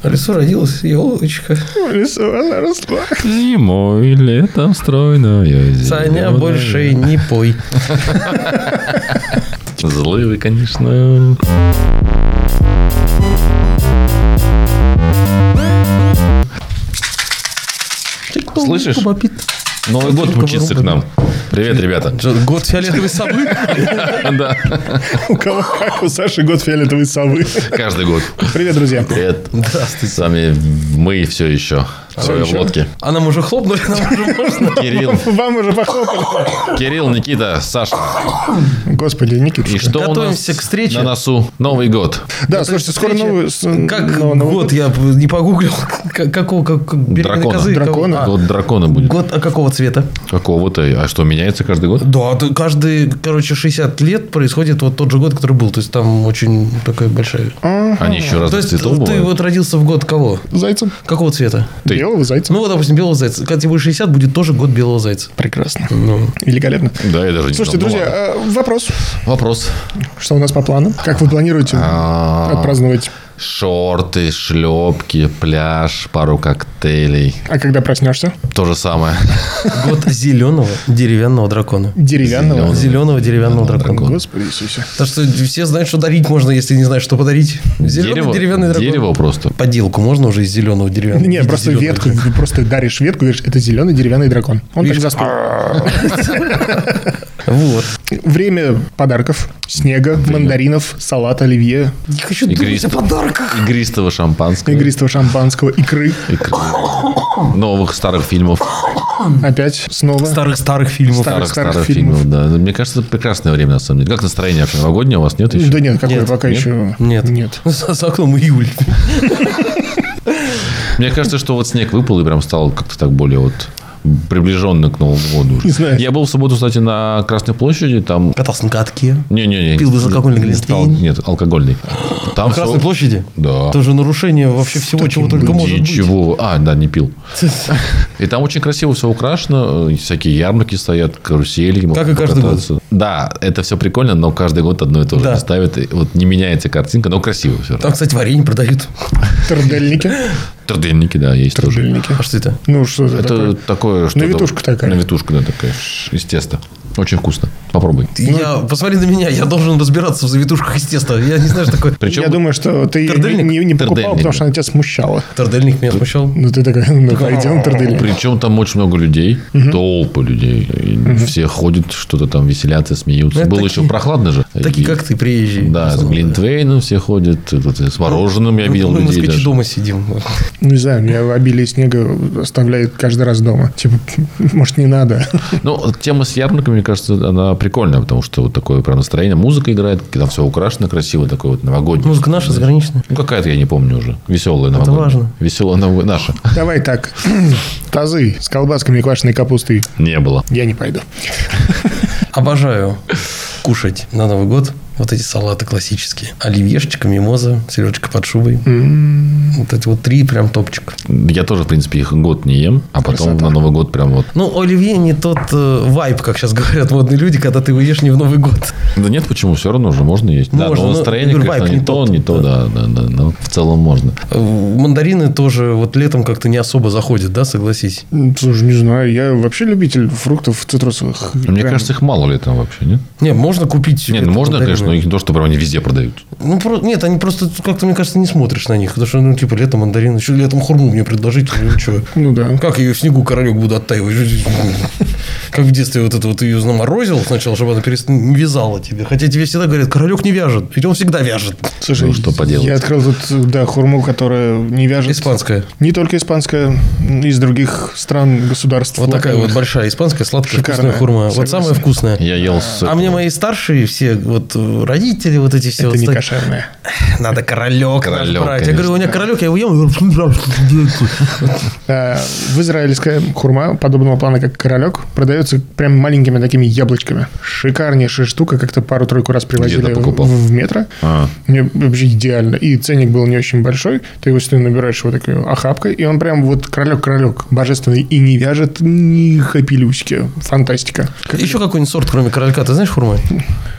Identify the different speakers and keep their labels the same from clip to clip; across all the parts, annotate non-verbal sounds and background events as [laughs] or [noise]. Speaker 1: В лесу родилась елочка.
Speaker 2: В лесу она росла.
Speaker 3: Зимой, летом стройная
Speaker 1: Саня,
Speaker 3: зелёная.
Speaker 1: больше не пой.
Speaker 3: Злые вы, конечно. Слышишь? Новый год мчится к нам. Привет, ребята.
Speaker 1: Год фиолетовой совы.
Speaker 3: Да,
Speaker 2: У кого как, у Саши год фиолетовой совы.
Speaker 3: каждый год.
Speaker 2: Привет, друзья.
Speaker 3: Привет. Здравствуйте. С вами мы все еще. Трое в
Speaker 2: еще?
Speaker 3: лодке.
Speaker 1: А нам уже хлопнули, нам уже можно.
Speaker 3: Кирилл,
Speaker 2: Вам уже похлопали.
Speaker 3: Кирилл, Никита, Саша.
Speaker 2: Господи, Никит.
Speaker 3: И что у нас
Speaker 1: Готовимся к встрече.
Speaker 3: на носу? Новый год.
Speaker 2: Да, слушайте, скоро новый... с-
Speaker 1: Как
Speaker 2: но- новый
Speaker 1: год, я не погуглил. [laughs] Как- Какого? как- как- беременной
Speaker 3: Дракона.
Speaker 1: козы, кого-
Speaker 2: Дракона.
Speaker 1: а,
Speaker 3: Год дракона будет.
Speaker 1: Год а какого цвета?
Speaker 3: Какого-то. А что, меняется каждый год?
Speaker 1: Да, а ты- каждый, короче, 60 лет происходит вот тот же год, который был. То есть там очень такая большая...
Speaker 3: Они еще
Speaker 1: А То
Speaker 3: разных
Speaker 1: есть ты
Speaker 3: цветов бывают.
Speaker 1: вот родился в год кого?
Speaker 2: Зайцем.
Speaker 1: Какого цвета?
Speaker 3: Ты.
Speaker 2: Белого зайца.
Speaker 1: Ну вот, допустим, белого зайца. Когда тебе будет 60, будет тоже год белого зайца.
Speaker 2: Прекрасно.
Speaker 1: Ну,
Speaker 2: Великолепно.
Speaker 3: Да, я даже не
Speaker 2: Слушайте,
Speaker 3: знал. Ну
Speaker 2: друзья,
Speaker 3: ладно.
Speaker 2: э, вопрос.
Speaker 3: Вопрос.
Speaker 2: Что у нас по плану? Как вы планируете
Speaker 3: А,
Speaker 2: отпраздновать?
Speaker 3: Шорты, шлепки, пляж, пару коктейлей.
Speaker 2: А когда проснешься?
Speaker 3: То же самое.
Speaker 1: год зеленого деревянного дракона.
Speaker 2: Деревянного.
Speaker 1: Зеленого деревянного дракона.
Speaker 2: Господи Иисусе.
Speaker 1: Так что все знают, что дарить можно, если не знаешь, что подарить. Зеленый [laughs] деревянный дракон.
Speaker 3: Дерево просто.
Speaker 1: Поделку можно уже из зеленого деревянного.
Speaker 2: Нет,
Speaker 1: Из
Speaker 2: просто
Speaker 1: зелёного
Speaker 2: ветку,
Speaker 1: дерева.
Speaker 2: просто даришь ветку, говоришь, это зеленый деревянный дракон. Он так
Speaker 1: Видишь?
Speaker 2: заспал.
Speaker 1: Вот.
Speaker 2: Время подарков. Снега, мандаринов, салат, оливье,
Speaker 1: Не хочу думать
Speaker 3: Игрист-
Speaker 1: о подарках.
Speaker 3: Игристого шампанского.
Speaker 2: игристого шампанского, икры.
Speaker 3: Икры. Новых старых фильмов.
Speaker 2: Опять снова.
Speaker 1: Старых-старых фильмов.
Speaker 2: Старых.
Speaker 3: да. Ну, Мне кажется, это прекрасное время, на самом деле. Как настроение вообще новогоднее у вас нет еще?
Speaker 2: Да нет, какой
Speaker 1: Нет.
Speaker 2: пока еще...
Speaker 1: Нет.
Speaker 2: Нет.
Speaker 1: [laughs] За, за окном июль.
Speaker 3: Мне кажется, что вот снег выпал и прям стал как-то так более вот приближенно к Новому году. уже.
Speaker 2: Не знаю.
Speaker 3: Я был в субботу, кстати, на Красной площади, там...
Speaker 1: Катался на катке.
Speaker 3: Не-не-не.
Speaker 1: Пил безалкогольный
Speaker 3: не
Speaker 1: глинтвейн.
Speaker 3: стал- Нет, алкогольный. Там
Speaker 1: На Красной
Speaker 3: всё-
Speaker 1: площади.
Speaker 3: Да.
Speaker 1: Тоже нарушение вообще всего, чего только может быть.
Speaker 3: Ничего. А, да, не пил. И там очень красиво все украшено. э, Всякие ярмарки стоят, карусели. можно
Speaker 1: Как и каждый
Speaker 3: покататься. Да, это все прикольно, но каждый год одно и то же
Speaker 1: Да.
Speaker 3: ставят. И Вот не меняется картинка, но красиво все
Speaker 1: [laughs]
Speaker 3: равно.
Speaker 1: Там, кстати, варенье продают.
Speaker 2: Тордельники.
Speaker 3: Тордельники, да, есть тоже.
Speaker 2: Тордельники.
Speaker 1: А что это?
Speaker 2: Ну, что это
Speaker 3: Это
Speaker 2: такое?
Speaker 3: такое, что...
Speaker 2: Наветушка такая.
Speaker 3: Наветушка, да, такая, ш- из теста. Очень вкусно. Попробуй.
Speaker 1: Я, посмотри на меня, я должен разбираться в завитушках из теста. Я не знаю, что такое.
Speaker 3: Причем
Speaker 2: Я думаю, что ты её
Speaker 1: Тордельник?
Speaker 2: не, не покупал,
Speaker 3: Тордельник,
Speaker 2: потому что
Speaker 3: да.
Speaker 2: она тебя смущала.
Speaker 1: Тордельник меня смущал.
Speaker 2: Ну, ты такая, ну, пойдем тордельник.
Speaker 3: Причем там очень много людей, толпы людей. И Все ходят, что-то там веселятся, смеются.
Speaker 1: Ну, Это
Speaker 3: Было
Speaker 1: такие-
Speaker 3: еще прохладно же.
Speaker 1: Такие,
Speaker 3: И-
Speaker 1: как ты, приезжий.
Speaker 3: Да, с
Speaker 1: Ну,
Speaker 3: Глинтвейном все ходят, и тут с мороженым я видел
Speaker 1: Мы Ну,
Speaker 3: людей
Speaker 1: москвичи
Speaker 3: даже.
Speaker 1: дома сидим.
Speaker 2: Ну, Не знаю, меня обилие снега оставляет каждый раз дома. Типа, [laughs] может, не надо. [laughs]
Speaker 3: Ну, тема с ярмарками, мне кажется, она прикольная, потому что вот такое прям настроение, музыка играет, там все украшено красиво, такое вот новогоднее.
Speaker 1: Музыка наша, заграничная.
Speaker 3: Ну, какая-то, я не помню уже. Веселая новогодняя.
Speaker 1: важно.
Speaker 3: Веселая новогодняя. Наша. [laughs]
Speaker 2: Давай так. [clears throat] Тазы с колбасками и квашеной капустой.
Speaker 3: Не было.
Speaker 2: Я не пойду.
Speaker 1: Обожаю кушать на Новый год вот эти салаты классические. Оливьешечка, мимоза, селедочка под шубой. Вот эти вот три прям топчик.
Speaker 3: Я тоже, в принципе, их год не ем, а потом
Speaker 2: Красота.
Speaker 3: на Новый год прям вот...
Speaker 1: Ну, оливье не тот э, вайб, как сейчас говорят модные люди, когда ты его ешь не в Новый год.
Speaker 3: Да нет, почему? Все равно же можно есть. да,
Speaker 1: Можно,
Speaker 3: но
Speaker 1: но,
Speaker 3: настроение,
Speaker 1: я говорю,
Speaker 3: конечно,
Speaker 1: вайб
Speaker 3: не
Speaker 1: не
Speaker 3: то,
Speaker 1: тот.
Speaker 3: не то, да, да, да. Но в целом можно.
Speaker 1: Э, Мандарины тоже вот летом как-то не особо заходят, да, согласись?
Speaker 2: Ну, Слушай, не знаю, я вообще любитель фруктов цитрусовых.
Speaker 3: Мне
Speaker 2: Прям.
Speaker 3: кажется, их мало ли там вообще, нет?
Speaker 1: Не, можно купить...
Speaker 3: Нет,
Speaker 1: это,
Speaker 3: ну можно,
Speaker 1: мандарины.
Speaker 3: конечно, но их не то, что прям они везде продают.
Speaker 1: Ну, про... нет, они просто как-то, мне кажется, не смотришь на них. Потому что, ну, типа, летом мандарины. Что летом хурму мне предложить? Ну, что?
Speaker 2: [laughs] Ну да.
Speaker 1: Как ее в снегу королек буду оттаивать? [laughs] Как в детстве вот это вот ее заморозил сначала, чтобы она перест... не вязала тебе. Хотя тебе всегда говорят, королек не вяжет. Ведь он всегда вяжет.
Speaker 2: Слушай,
Speaker 3: Ну, что поделать.
Speaker 2: Я открыл тут, да, хурму, которая не вяжет.
Speaker 1: Испанская.
Speaker 2: Не только испанская, из других стран, государств.
Speaker 1: Вот такая вот
Speaker 2: локальных.
Speaker 1: большая испанская сладкая
Speaker 2: э, Шикарная.
Speaker 1: вкусная хурма. Вот
Speaker 2: Согласен.
Speaker 1: самая вкусная.
Speaker 3: Я ел с...
Speaker 1: А мне мои старшие все, вот э, родители, вот эти все. вот
Speaker 2: Это не
Speaker 1: ста-
Speaker 2: кошерная.
Speaker 1: Надо королек, надо
Speaker 3: Королек,
Speaker 1: брать. Я говорю,
Speaker 3: конечно.
Speaker 1: у меня королек, я его ем. Я говорю,
Speaker 2: А, В израильская хурма подобного плана, как королек, продается прям маленькими такими яблочками. Шикарнейшая штука, как-то пару-тройку раз привозили
Speaker 3: Где-то покупал.
Speaker 2: в в метро.
Speaker 3: А.
Speaker 2: Мне вообще идеально. И ценник был не очень большой. Ты его сюда набираешь вот такой охапкой, и он прям вот королек-королек божественный. И не вяжет ни капелюшки. Фантастика.
Speaker 1: Еще какой-нибудь сорт, кроме королька, ты знаешь хурмы?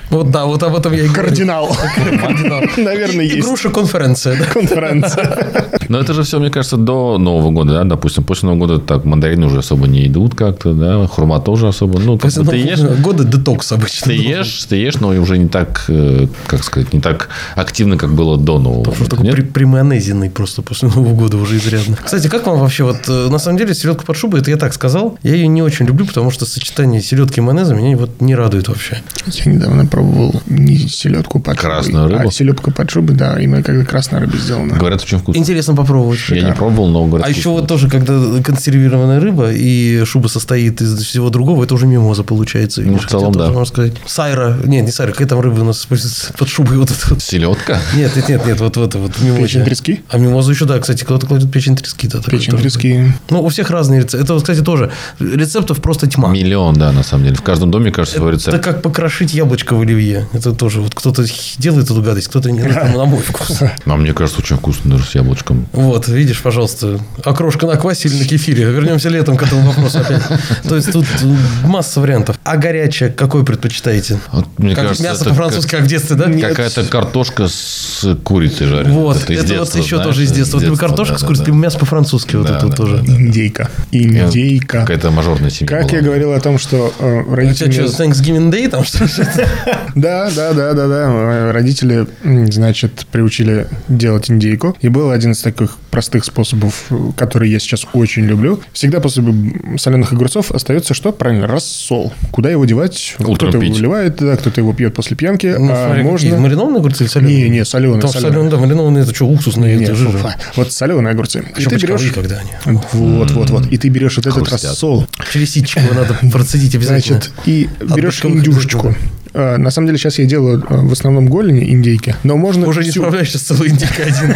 Speaker 1: Вот да, вот об этом я и говорю. [laughs]
Speaker 2: Кардинал.
Speaker 1: Кардинал.
Speaker 2: Наверное,
Speaker 1: И-
Speaker 2: есть.
Speaker 1: Игруша конференция. да.
Speaker 2: Конференция.
Speaker 3: Но это же все, мне кажется, до Нового года, да, допустим. После Нового года так мандарины уже особо не идут как-то, да, хурма тоже особо. Ну, как
Speaker 1: После
Speaker 3: бы ты ешь,
Speaker 1: Нового года детокс обычно.
Speaker 3: ты ешь, ты ешь, но уже не так, э, как сказать, не так активно, как было до Нового
Speaker 1: Потому что
Speaker 3: года.
Speaker 1: Ну, такой
Speaker 3: нет?
Speaker 1: при, примайонезенный просто после Нового года уже изрядно. Кстати, как вам вообще, вот э, на самом деле селедка под шубой, это я так сказал, я ее не очень люблю, потому что сочетание селедки и майонеза меня вот не радует вообще.
Speaker 2: Я недавно пробовал не селедку под шубой,
Speaker 3: Красную рыбу?
Speaker 2: А селедка под шубой, да, именно когда красная рыба сделана.
Speaker 3: Говорят, очень вкусно.
Speaker 1: Интересно попробовать.
Speaker 3: Я не пробовал, но говорят,
Speaker 1: А еще
Speaker 3: вкусно.
Speaker 1: вот тоже, когда консервированная рыба и шуба состоит из всего другого, это уже мимоза получается.
Speaker 3: Ну, в
Speaker 1: видишь, хотя
Speaker 3: целом,
Speaker 1: тоже
Speaker 3: да.
Speaker 1: можно сказать. Сайра, нет, не сайра, какая там рыба у нас используется под шубой вот это вот.
Speaker 3: Селедка?
Speaker 1: Нет, нет, нет, нет, вот в это вот в мимозе.
Speaker 2: Печень трески?
Speaker 1: А в мимозу еще, да, кстати, кто-то кладет печень трески. Да, такой
Speaker 2: Печень
Speaker 1: тоже.
Speaker 2: трески.
Speaker 1: Ну, у всех разные рецепты. Это, вот, кстати, тоже рецептов просто тьма.
Speaker 3: Миллион, да, на самом деле. В каждом доме, кажется, свой
Speaker 1: Это
Speaker 3: рецепт.
Speaker 1: как покрошить яблочко в оливье. Это тоже вот кто-то делает эту гадость, кто-то не это на мой вкус.
Speaker 3: А мне кажется, очень вкусно даже с яблочком.
Speaker 1: Вот, видишь, пожалуйста, окрошка на квасе или на кефире. Вернемся летом к этому вопросу опять. То есть тут э, масса вариантов. А горячее какое предпочитаете?
Speaker 3: Вот, мне
Speaker 1: Как
Speaker 3: кажется,
Speaker 1: мясо
Speaker 3: это
Speaker 1: по-французски, как в детстве, да?
Speaker 3: как- какая-то картошка с курицей жареной.
Speaker 1: Вот, это,
Speaker 3: из
Speaker 1: вот
Speaker 3: детства,
Speaker 1: еще
Speaker 3: знаешь,
Speaker 1: тоже из детства. Вот либо
Speaker 3: детства,
Speaker 1: картошка
Speaker 3: да,
Speaker 1: с курицей,
Speaker 3: да,
Speaker 1: либо
Speaker 3: да.
Speaker 1: мясо по-французски вот
Speaker 3: Да,
Speaker 1: это вот
Speaker 3: да,
Speaker 1: тоже.
Speaker 3: да, да.
Speaker 2: Индейка. Индейка.
Speaker 3: Какая-то мажорная семья
Speaker 2: Как я
Speaker 3: была.
Speaker 2: говорил о том, что э,
Speaker 1: А У тебя
Speaker 2: родители...
Speaker 1: что, Thanksgiving Day там
Speaker 2: [laughs]
Speaker 1: что ли?
Speaker 2: А, Да, да, да, да, да. Э, Родители, м, значит, приучили делать индейку. И был один из таких простых способов, э, который я сейчас очень люблю. Всегда после м, соленых огурцов остается что? Правильно, рассол. Куда его девать?
Speaker 3: Утром
Speaker 2: кто-то его
Speaker 3: пить.
Speaker 2: выливает, да, кто-то его пьет после пьянки.
Speaker 1: Ну,
Speaker 2: а
Speaker 1: смотри, какие,
Speaker 2: можно...
Speaker 1: Маринованные огурцы или соленые?
Speaker 2: Не, не, соленый,
Speaker 1: Потому что соленые, да, маринованные, это что, уксусные, это жир.
Speaker 2: Вот соленые огурцы. И ты
Speaker 1: Щепочковые,
Speaker 2: берешь...
Speaker 1: когда они.
Speaker 2: Вот, вот, вот. И ты берешь вот этот
Speaker 3: Хрустят.
Speaker 2: рассол,
Speaker 1: Через ситечку его надо процедить обязательно.
Speaker 2: Значит, и берешь
Speaker 1: боковых
Speaker 2: индюшечку. Э, На самом деле сейчас я делаю э, в основном голени индейки, но можно
Speaker 1: Уже не
Speaker 2: всю.
Speaker 1: справляешься с целой индейкой один.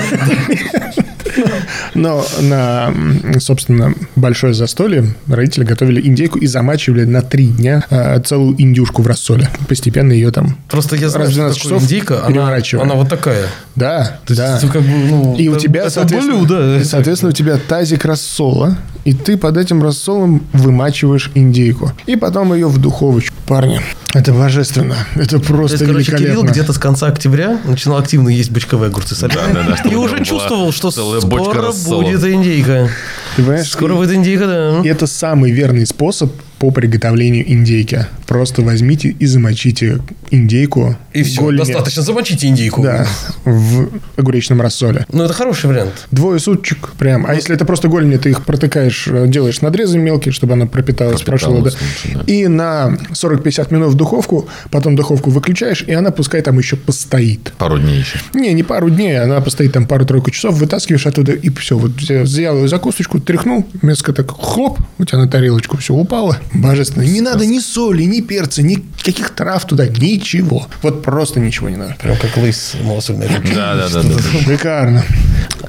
Speaker 2: Но на, м, собственно, большое застолье родители готовили индейку и замачивали на три дня э, целую индюшку в рассоле. Постепенно ее там...
Speaker 1: Просто я знаю,
Speaker 2: Раз в
Speaker 1: что
Speaker 2: 12
Speaker 1: такое
Speaker 2: часов
Speaker 1: индейка, она,
Speaker 2: переворачиваем.
Speaker 1: она вот такая.
Speaker 2: Да,
Speaker 1: То есть
Speaker 2: да.
Speaker 1: это как бы, ну,
Speaker 2: И у
Speaker 1: это-
Speaker 2: тебя,
Speaker 1: это
Speaker 2: соответственно,
Speaker 1: блюдо. э,
Speaker 2: и, соответственно, у тебя тазик рассола, и ты под этим рассолом вымачиваешь индейку. И потом ее в духовочку. Парни, это божественно.
Speaker 1: То
Speaker 2: Это просто
Speaker 1: есть, короче,
Speaker 2: великолепно.
Speaker 1: Кирилл где-то с конца октября начинал активно есть бычковые огурцы соленые.
Speaker 3: Да, да, да, чтобы
Speaker 1: и
Speaker 3: у
Speaker 1: уже
Speaker 3: него была
Speaker 1: чувствовал, что
Speaker 3: целая
Speaker 1: скоро
Speaker 3: бочка рассола.
Speaker 1: будет индейка.
Speaker 2: Ты понимаешь?
Speaker 1: Скоро будет индейка, да.
Speaker 2: И это самый верный способ по приготовлению индейки. Просто возьмите и замочите индейку
Speaker 1: И все,
Speaker 2: голени.
Speaker 1: достаточно. Замочите индейку.
Speaker 2: Да, в огуречном рассоле.
Speaker 1: Ну, это хороший вариант.
Speaker 2: Двое суточек прям. А если это просто голени, ты их протыкаешь, э, делаешь надрезы мелкие, чтобы она пропиталась, прошла. Да.
Speaker 3: Пропиталась лучше, да.
Speaker 2: И на 40-50 минут в духовку, потом духовку выключаешь, и она пускай там еще постоит.
Speaker 3: Пару
Speaker 1: [laughs]
Speaker 3: дней еще.
Speaker 2: Не, не пару дней, она постоит там пару-тройку часов, вытаскиваешь оттуда, и все. Вот взя- взял закусочку, тряхнул, мяско так хлоп, у тебя на тарелочку все упало. Божественно. Не надо ни соли, ни перца, ни каких трав туда, ничего. Вот просто ничего не надо.
Speaker 1: Прям как лейс малосольный.
Speaker 3: Да, да, да, да. да.
Speaker 2: Шикарно.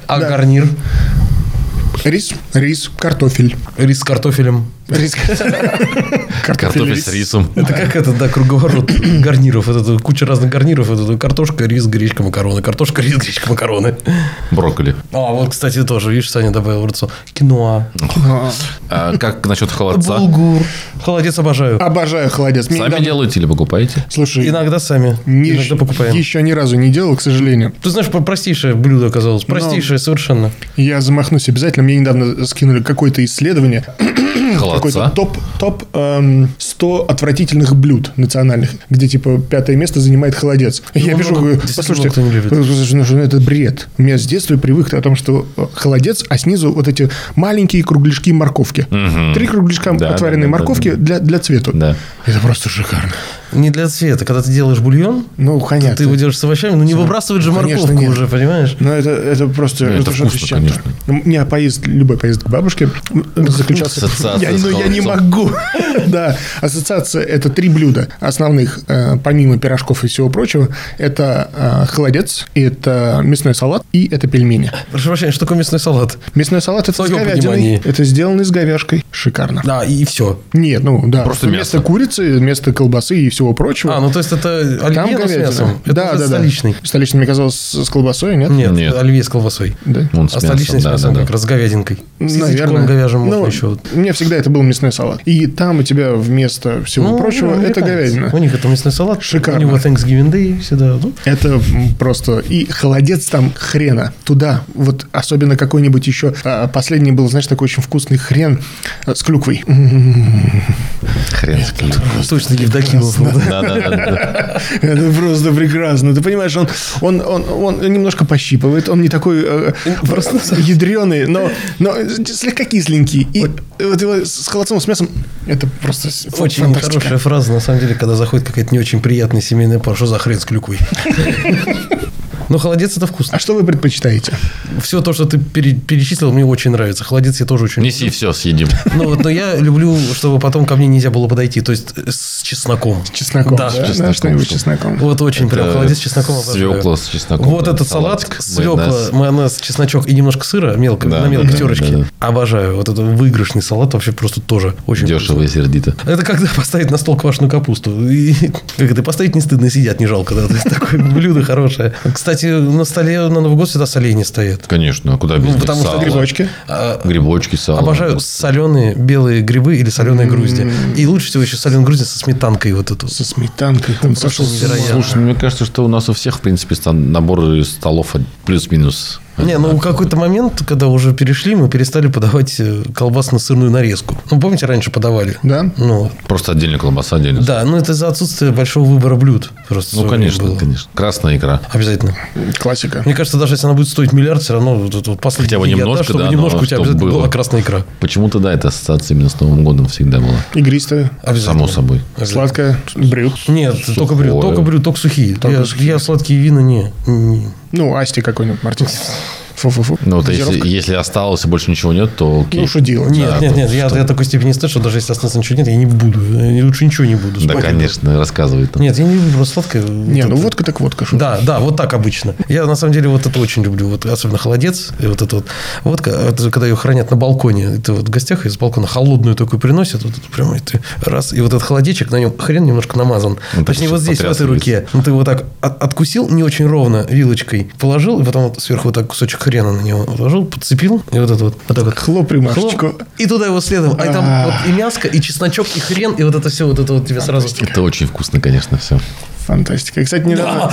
Speaker 1: А гарнир?
Speaker 2: Рис, рис, картофель.
Speaker 1: Рис с картофелем.
Speaker 2: Рис.
Speaker 3: Картофель с рисом.
Speaker 1: Это как это, да, круговорот гарниров. Это тут куча разных гарниров. Это картошка, рис, гречка, макароны. Картошка, рис, гречка, макароны.
Speaker 3: Брокколи.
Speaker 1: А, вот, кстати, тоже, видишь, Саня добавил в рацион. Киноа,
Speaker 3: А как насчет холодца?
Speaker 1: булгур, холодец обожаю.
Speaker 2: [laughs] Обожаю холодец. Мне
Speaker 3: Сами
Speaker 2: недавно-
Speaker 3: делаете или покупаете?
Speaker 2: Слушай,
Speaker 1: Иногда сами,
Speaker 2: ни-
Speaker 1: иногда покупаем.
Speaker 2: еще ни разу не делал, к сожалению.
Speaker 1: Ты знаешь, про- простейшее блюдо оказалось.
Speaker 2: Ну.
Speaker 1: Простейшее совершенно.
Speaker 2: Я замахнусь обязательно. Мне недавно скинули какое-то исследование, какой-то
Speaker 3: Холодца?
Speaker 2: топ, топ эм, 100 отвратительных блюд национальных, где, типа, пятое место занимает холодец. я
Speaker 3: Ну,
Speaker 1: много,
Speaker 2: пишу, говорю,
Speaker 1: действительно
Speaker 2: послушайте,
Speaker 1: много кто не любит.
Speaker 2: послушайте, ну, что, ну, это бред. У меня с детства привык о том, что э, холодец, а снизу вот эти маленькие кругляшки морковки. Три кругляшка
Speaker 3: Да,
Speaker 2: отваренной
Speaker 3: да, да,
Speaker 2: морковки
Speaker 3: да,
Speaker 2: Для, для цвета.
Speaker 3: Да.
Speaker 2: Это просто шикарно.
Speaker 1: Не для цвета. Когда ты делаешь бульон,
Speaker 2: Ну, понятно.
Speaker 1: ты его делаешь с овощами, ну не выбрасывать же
Speaker 2: Конечно,
Speaker 1: морковку
Speaker 2: нет.
Speaker 1: уже, понимаешь?
Speaker 2: Ну, это, это просто...
Speaker 3: Ну, это
Speaker 2: что-то
Speaker 3: вкусно,
Speaker 2: с чем-то.
Speaker 3: конечно.
Speaker 2: У меня а поезд, любой поезд к бабушке
Speaker 1: [laughs]
Speaker 2: заключался...
Speaker 3: Ассоциация
Speaker 2: Я,
Speaker 3: с
Speaker 2: ну, я не
Speaker 3: холодцом.
Speaker 2: могу. [laughs] Да, ассоциация – это три блюда основных, э, помимо пирожков и всего прочего. Это э, холодец, это мясной салат и это пельмени.
Speaker 1: Прошу прощения, что такое мясной салат?
Speaker 2: Мясной салат – это с
Speaker 1: твоем
Speaker 2: говядиной.
Speaker 1: понимании.
Speaker 2: Это сделано с говяжкой. Шикарно.
Speaker 1: Да, и, все.
Speaker 2: Нет, ну да.
Speaker 3: Просто
Speaker 2: Вместо
Speaker 3: мясо.
Speaker 2: курицы, вместо колбасы и всего всего прочего.
Speaker 1: А, ну то есть это
Speaker 2: там
Speaker 1: оливье но с
Speaker 2: говядина.
Speaker 1: мясом? Это
Speaker 2: да,
Speaker 1: уже
Speaker 2: да,
Speaker 1: столичный?
Speaker 2: да. Столичный, мне казалось, с с колбасой, нет?
Speaker 1: Нет,
Speaker 3: Нет.
Speaker 1: оливье с колбасой.
Speaker 2: Да?
Speaker 3: Он
Speaker 1: А
Speaker 3: с
Speaker 1: столичный
Speaker 3: мясом,
Speaker 1: с
Speaker 3: да, да,
Speaker 1: мясом как
Speaker 3: да.
Speaker 1: раз с говядинкой. С
Speaker 2: Наверное.
Speaker 1: язычком говяжьим
Speaker 2: Ну,
Speaker 1: можно еще.
Speaker 2: Мне всегда это был мясной салат. И там у тебя вместо всего
Speaker 1: Ну,
Speaker 2: прочего это
Speaker 1: американец.
Speaker 2: говядина.
Speaker 1: У них это мясной салат.
Speaker 2: Шикарно.
Speaker 1: У него Thanksgiving Day всегда. Ну,
Speaker 2: Это м, просто... И холодец там хрена. Туда. Вот особенно какой-нибудь еще... а, Последний был, знаешь, такой очень вкусный хрен а, с клюквой. М,
Speaker 3: Хрен с ним.
Speaker 1: точно Евдокимов. был, да.
Speaker 3: Да-да-да.
Speaker 2: Это просто прекрасно. Ты понимаешь, он, он, он, он немножко пощипывает. Он не такой э, просто ядреный, но, но слегка кисленький. И вот его с холодцом, с мясом... Это просто с-
Speaker 1: Очень
Speaker 2: фантастика.
Speaker 1: хорошая фраза, на самом деле, когда заходит какая-то не очень приятная семейная пара, что за хрен с
Speaker 2: [laughs]
Speaker 1: клюквой? Но холодец это вкусно.
Speaker 2: А что вы предпочитаете?
Speaker 1: Все то, что ты пере- перечислил, мне очень нравится. Холодец я тоже очень люблю.
Speaker 3: Неси, все, съедим.
Speaker 1: Ну вот, но я люблю, чтобы потом ко мне нельзя было подойти, то есть э, с чесноком.
Speaker 2: С Чесноком.
Speaker 1: Да, с
Speaker 2: да, Ну, что-нибудь с чесноком.
Speaker 1: Вот очень прям холодец с чесноком. обожаю.
Speaker 3: Свекла с чесноком.
Speaker 1: Вот
Speaker 3: да,
Speaker 1: этот салат,
Speaker 3: салатик,
Speaker 1: свекла,
Speaker 3: майонез.
Speaker 1: майонез, чесночок и немножко сыра мелко,
Speaker 3: Да,
Speaker 1: на мелкой
Speaker 3: да,
Speaker 1: терочке.
Speaker 3: да, да.
Speaker 1: Обожаю. Вот этот выигрышный салат вообще просто тоже очень
Speaker 3: Дешево и сердито.
Speaker 1: Это когда [laughs] поставить на стол квашеную капусту. И, как это поставить не стыдно, и сидят не жалко. Да? То есть
Speaker 3: [laughs]
Speaker 1: такое блюдо хорошее. Кстати, на столе на Новый год всегда солени стоят.
Speaker 3: Конечно, а куда без
Speaker 1: Ну,
Speaker 3: них?
Speaker 1: потому что
Speaker 3: Сало,
Speaker 2: Грибочки.
Speaker 1: А,
Speaker 3: Грибочки, сало.
Speaker 1: Обожаю соленые белые грибы или соленые грузди. И лучше всего еще соленые грузди со сметанкой вот эту.
Speaker 2: Со сметанкой. Там сошел с ума.
Speaker 1: невероятно.
Speaker 3: Слушай, ну, мне кажется, что у нас у всех, в принципе, стан- набор столов плюс-минус.
Speaker 1: Не, ну какой-то момент, когда уже перешли, мы перестали подавать э, колбасно-сырную нарезку. Ну, помните, раньше подавали?
Speaker 2: Да?
Speaker 1: Ну,
Speaker 3: Просто отдельно колбаса, отдельно.
Speaker 1: да, ну это за отсутствие большого выбора блюд. Просто в
Speaker 3: Ну,
Speaker 1: свое время
Speaker 3: конечно,
Speaker 1: было.
Speaker 3: конечно. Красная икра.
Speaker 1: Обязательно.
Speaker 2: Классика.
Speaker 1: Мне кажется, даже если она будет стоить миллиард, все равно вот этот вот последний
Speaker 3: Хотя бы
Speaker 1: деньги
Speaker 3: немножко,
Speaker 1: отдашь, чтобы
Speaker 3: да,
Speaker 1: немножко
Speaker 3: но
Speaker 1: у тебя
Speaker 3: чтоб
Speaker 1: обязательно
Speaker 3: было.
Speaker 1: была красная икра.
Speaker 3: Почему-то, да, эта ассоциация именно с Новым годом всегда была.
Speaker 2: Игристая,
Speaker 1: Обязательно.
Speaker 3: Само собой.
Speaker 1: Обязательно.
Speaker 2: сладкая, брю.
Speaker 1: Нет, только брю, только брю, только сухие. я, я сладкие вина не. не.
Speaker 2: Ну, асти какой-нибудь, Мартин. Фу-фу-фу.
Speaker 3: Ну, вот если,
Speaker 2: Газировка.
Speaker 3: если осталось и больше ничего нет, то окей.
Speaker 2: Ну, что делать?
Speaker 1: Нет,
Speaker 3: Да,
Speaker 1: нет, нет, я до такой степени стыд, что даже если остаться ничего нет, я не буду. Я лучше ничего не буду.
Speaker 3: да,
Speaker 1: Спать.
Speaker 3: конечно, рассказывай там.
Speaker 1: Нет, я не люблю просто сладкое.
Speaker 2: Не, ну водка так водка. шо.
Speaker 1: Да, да, вот так обычно. Я на самом деле вот это очень люблю. Вот особенно холодец, и вот это вот водка, это когда ее хранят на балконе, это вот в гостях из балкона холодную такую приносят, вот это прямо и ты раз, и вот этот холодечек, на нем хрен немножко намазан.
Speaker 3: Ну, так
Speaker 1: Точнее, вот
Speaker 3: всё
Speaker 1: здесь, в этой
Speaker 3: потрясывается.
Speaker 1: руке. Ну, ты вот так от- откусил не очень ровно вилочкой, положил, и потом вот сверху вот так кусочек хрена на него положил, подцепил, и вот это вот, вот так вот.
Speaker 2: Хлоп ремашечку.
Speaker 1: Хлоп, И туда его следом. А и там
Speaker 2: А.
Speaker 1: вот и мяско, и чесночок, и хрен, и вот это все, вот это вот тебе сразу...
Speaker 3: Это очень вкусно, конечно, все.
Speaker 2: Фантастика. И, Кстати, недавно,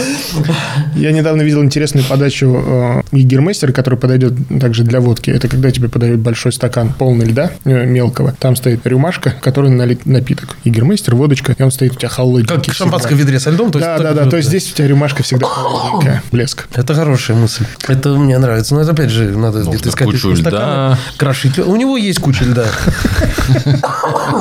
Speaker 2: я недавно видел интересную подачу э, егермейстера, который подойдет также для водки. Это когда тебе подают большой стакан полный льда э, мелкого. Там стоит рюмашка, который налит напиток. Егермейстер, водочка, и он стоит у тебя холодненький.
Speaker 1: Как шампанское в ведре со льдом. то есть
Speaker 2: Да,
Speaker 1: так
Speaker 2: да, да.
Speaker 1: вот,
Speaker 2: То есть здесь у тебя рюмашка всегда холодненькая. Блеск.
Speaker 1: Это хорошая мысль. Это мне нравится. Но это опять же надо
Speaker 2: Ну,
Speaker 1: где-то искать
Speaker 3: кучу
Speaker 1: эти
Speaker 3: льда.
Speaker 1: стаканы, крошить. У него есть куча льда.
Speaker 2: У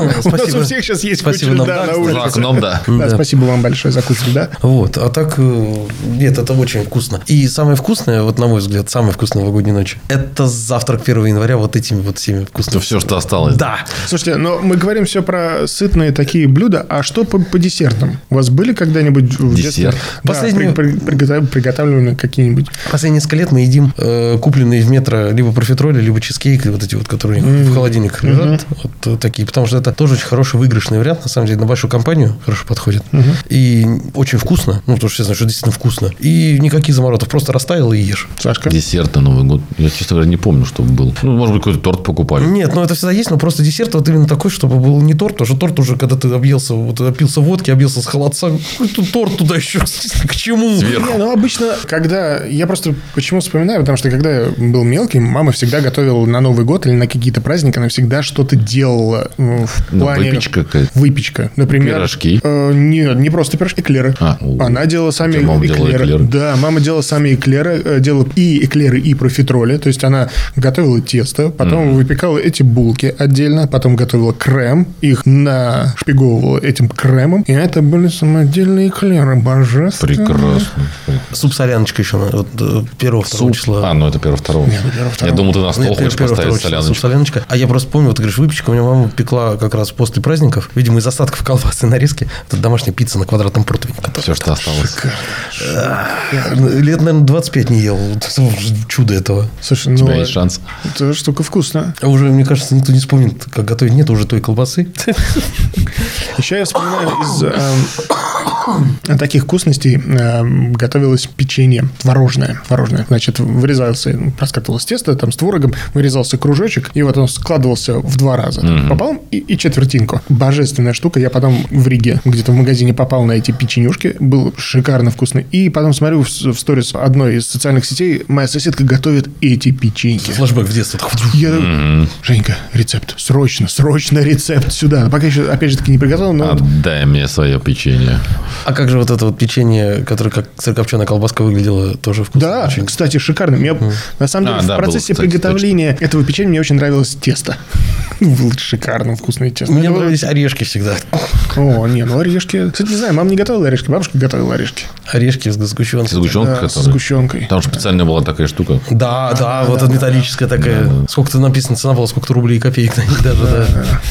Speaker 2: нас у
Speaker 1: Спасибо.
Speaker 2: всех сейчас есть
Speaker 1: Спасибо
Speaker 2: куча
Speaker 1: нам.
Speaker 2: льда
Speaker 1: Да,
Speaker 2: на
Speaker 1: кстати.
Speaker 3: За
Speaker 2: улице.
Speaker 3: окном, да.
Speaker 2: Да,
Speaker 1: Да.
Speaker 2: спасибо вам большое за кучу льда.
Speaker 1: Вот, а так, э, нет, это очень вкусно. И самое вкусное, вот на мой взгляд, самое вкусное новогодней ночи, это завтрак 1 января вот этими вот всеми
Speaker 3: То
Speaker 1: вкусными.
Speaker 3: все, что осталось.
Speaker 1: Да.
Speaker 2: Слушайте, но мы говорим все про сытные такие блюда, а что по, по десертам? У вас были когда-нибудь в
Speaker 3: Десерт?
Speaker 2: детстве да,
Speaker 1: Последний-
Speaker 2: при- при- приготов- приготовлены какие-нибудь?
Speaker 1: Последние несколько лет мы едим э, купленные в метро либо профитроли, либо чизкейк, вот эти вот, которые у них в холодильник лежат, вот э, такие, потому что это тоже очень хороший выигрышный вариант, на самом деле, на большую компанию хорошо подходит. И очень вкусно, ну, потому что я знаю, что действительно вкусно. И никаких заморотов, просто растаял и ешь.
Speaker 2: Сашка?
Speaker 3: Десерт на Новый год. Я, честно говоря, не помню, что был. Ну, может быть, какой-то торт покупали.
Speaker 1: Нет, ну это всегда есть, но просто десерт вот именно такой, чтобы был не торт, потому что торт уже, когда ты объелся, вот объелся водки, объелся с холодцами, какой тут торт туда еще, [laughs] к чему?
Speaker 3: Сверху.
Speaker 2: Не, ну обычно, когда... Я просто почему вспоминаю, потому что когда я был мелким, мама всегда готовила на Новый год или на какие-то праздники, она всегда что-то делала ну, в
Speaker 3: Ну,
Speaker 2: плане...
Speaker 3: выпечка какая-то.
Speaker 2: Выпечка. Например...
Speaker 3: Пирожки.
Speaker 2: э, нет, не просто пирожки, эклеры.
Speaker 3: А, у-
Speaker 2: Она делала сами
Speaker 3: тебя мама делала
Speaker 2: эклеры.
Speaker 3: эклеры?
Speaker 2: Да, мама делала сами эклеры, э, делала и эклеры, и профитроли. То есть она готовила тесто, потом выпекала эти булки отдельно, потом готовила крем, их нашпиговывала этим кремом. И это были самодельные эклеры, божественно.
Speaker 3: Прекрасно.
Speaker 1: Суп соляночка еще, вот, э, первого, второго
Speaker 3: Суп.
Speaker 1: числа.
Speaker 3: А, ну это первого, второго. Я думал, ты на стол
Speaker 1: Нет,
Speaker 3: хочешь
Speaker 1: первого, второго
Speaker 3: поставить
Speaker 1: числа
Speaker 3: соляночку.
Speaker 1: суп соляночка. А я просто помню, вот ты говоришь, выпечка у меня мама пекла как раз после праздников, видимо, из остатков колбасы и нарезки. Это домашняя пицца на квадратном противне. которую
Speaker 3: Все, что осталось.
Speaker 1: я Лет, наверное, 25 не ел. Вот это уже Чудо этого.
Speaker 2: Слушай,
Speaker 3: У
Speaker 2: ну
Speaker 3: тебя есть шанс.
Speaker 2: эта штука вкусная.
Speaker 1: А уже, мне кажется, никто не вспомнит, как готовить. Нет уже той колбасы.
Speaker 2: Еще я вспоминаю из эм, Таких вкусностей э, готовилось печенье творожное. Творожное. Значит, вырезался, ну, раскатывалось тесто там с творогом, вырезался кружочек, и вот он складывался в два раза. Попал и, и четвертинку. Божественная штука. Я потом в Риге где-то в магазине попал на эти печенюшки. Был шикарно вкусный. И потом смотрю в, с- в сторис одной из социальных сетей, моя соседка готовит эти
Speaker 1: [laughs]
Speaker 2: печеньки.
Speaker 1: Флэшбэк в детстве.
Speaker 2: Я такой, Женька, рецепт. Срочно, срочно рецепт сюда. Пока еще, опять же таки, не приготовил,
Speaker 3: А,
Speaker 2: но...
Speaker 3: Отдай мне свое печенье.
Speaker 1: А как же вот это вот печенье, которое как сырокопченая колбаска выглядело, тоже вкусно?
Speaker 2: Да,
Speaker 1: очень.
Speaker 2: кстати, шикарно. Мне, На самом деле,
Speaker 3: А,
Speaker 2: в
Speaker 3: да, было,
Speaker 2: процессе
Speaker 3: кстати,
Speaker 2: приготовления этого печенья мне очень нравилось тесто. [laughs] Было шикарно вкусное тесто.
Speaker 1: Мне
Speaker 2: Это было-
Speaker 1: нравились орешки всегда.
Speaker 2: О, не, ну орешки... Кстати, не знаю, мама не готовила орешки, бабушка готовила орешки.
Speaker 1: Орешки с сгущенкой.
Speaker 3: Сгущенка
Speaker 2: Да, С сгущенкой.
Speaker 3: Там же специально была такая штука.
Speaker 1: Да, да, вот это металлическая такая. Сколько-то написано, цена была сколько-то рублей и копеек на них даже,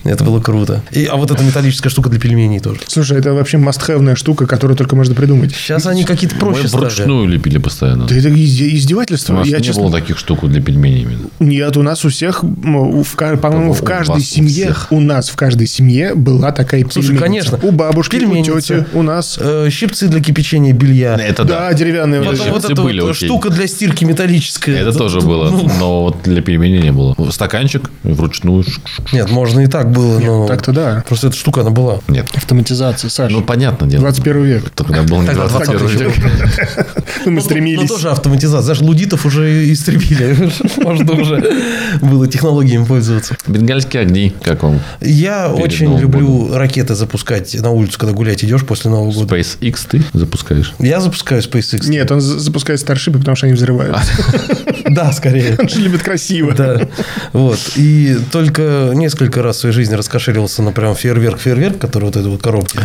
Speaker 1: да. Это было круто. И, а вот эта металлическая штука для пельменей тоже.
Speaker 2: Слушай, это вообще мастхэвная штука, которую только можно придумать.
Speaker 1: Сейчас они какие-то проще
Speaker 3: Мы
Speaker 1: стали.
Speaker 3: вручную лепили постоянно.
Speaker 2: Да это изде-
Speaker 3: У
Speaker 2: издевательство.
Speaker 3: нас
Speaker 2: Я,
Speaker 3: не
Speaker 2: честно,
Speaker 3: было таких штук для пельменей именно.
Speaker 2: Нет, у нас у всех, м, у- в ка- по-моему, в
Speaker 3: У
Speaker 2: каждой
Speaker 3: вас у
Speaker 2: семье,
Speaker 3: всех.
Speaker 2: у, нас в каждой семье была такая
Speaker 1: Слушай,
Speaker 2: пельменница.
Speaker 1: конечно.
Speaker 2: У бабушки, у
Speaker 1: Пельменница.
Speaker 2: тети, у нас.
Speaker 1: Э, Щипцы для кипячения белья.
Speaker 3: Это
Speaker 2: да,
Speaker 3: да.
Speaker 2: деревянные
Speaker 3: Нет,
Speaker 2: вот эти.
Speaker 1: Потом
Speaker 3: щипцы
Speaker 1: вот эта
Speaker 3: были,
Speaker 1: вот
Speaker 3: окей.
Speaker 1: штука для стирки металлическая.
Speaker 3: Это тоже было, но вот для пельменей не было. Стаканчик вручную.
Speaker 1: Нет, можно и так было, но...
Speaker 2: Так-то да.
Speaker 1: Просто эта штука, она была.
Speaker 3: Нет.
Speaker 2: Автоматизация, Саша.
Speaker 3: Ну, понятно дело.
Speaker 2: 21 век.
Speaker 3: Тогда был не а
Speaker 1: Тогда
Speaker 3: 21
Speaker 1: 20
Speaker 2: [laughs] Ну,
Speaker 3: век.
Speaker 2: Мы
Speaker 1: Ну, Ну,
Speaker 2: стремились.
Speaker 1: тоже автоматизация. Даже лудитов уже истребили. [laughs] Можно уже было технологиями пользоваться.
Speaker 3: Бенгальские огни, как вам?
Speaker 1: Я очень
Speaker 3: Новым
Speaker 1: люблю ракеты запускать на улицу, когда гулять идешь после Нового года.
Speaker 3: SpaceX ты запускаешь?
Speaker 1: Я запускаю SpaceX.
Speaker 2: Нет, он за- запускает старшипы, потому что они взрываются.
Speaker 1: Да,
Speaker 3: [laughs]
Speaker 1: скорее.
Speaker 3: А.
Speaker 2: Он же любит красиво.
Speaker 1: Да. Вот. И только несколько раз в своей жизни раскошелился на прям фейерверк-фейерверк, который вот этой вот коробки.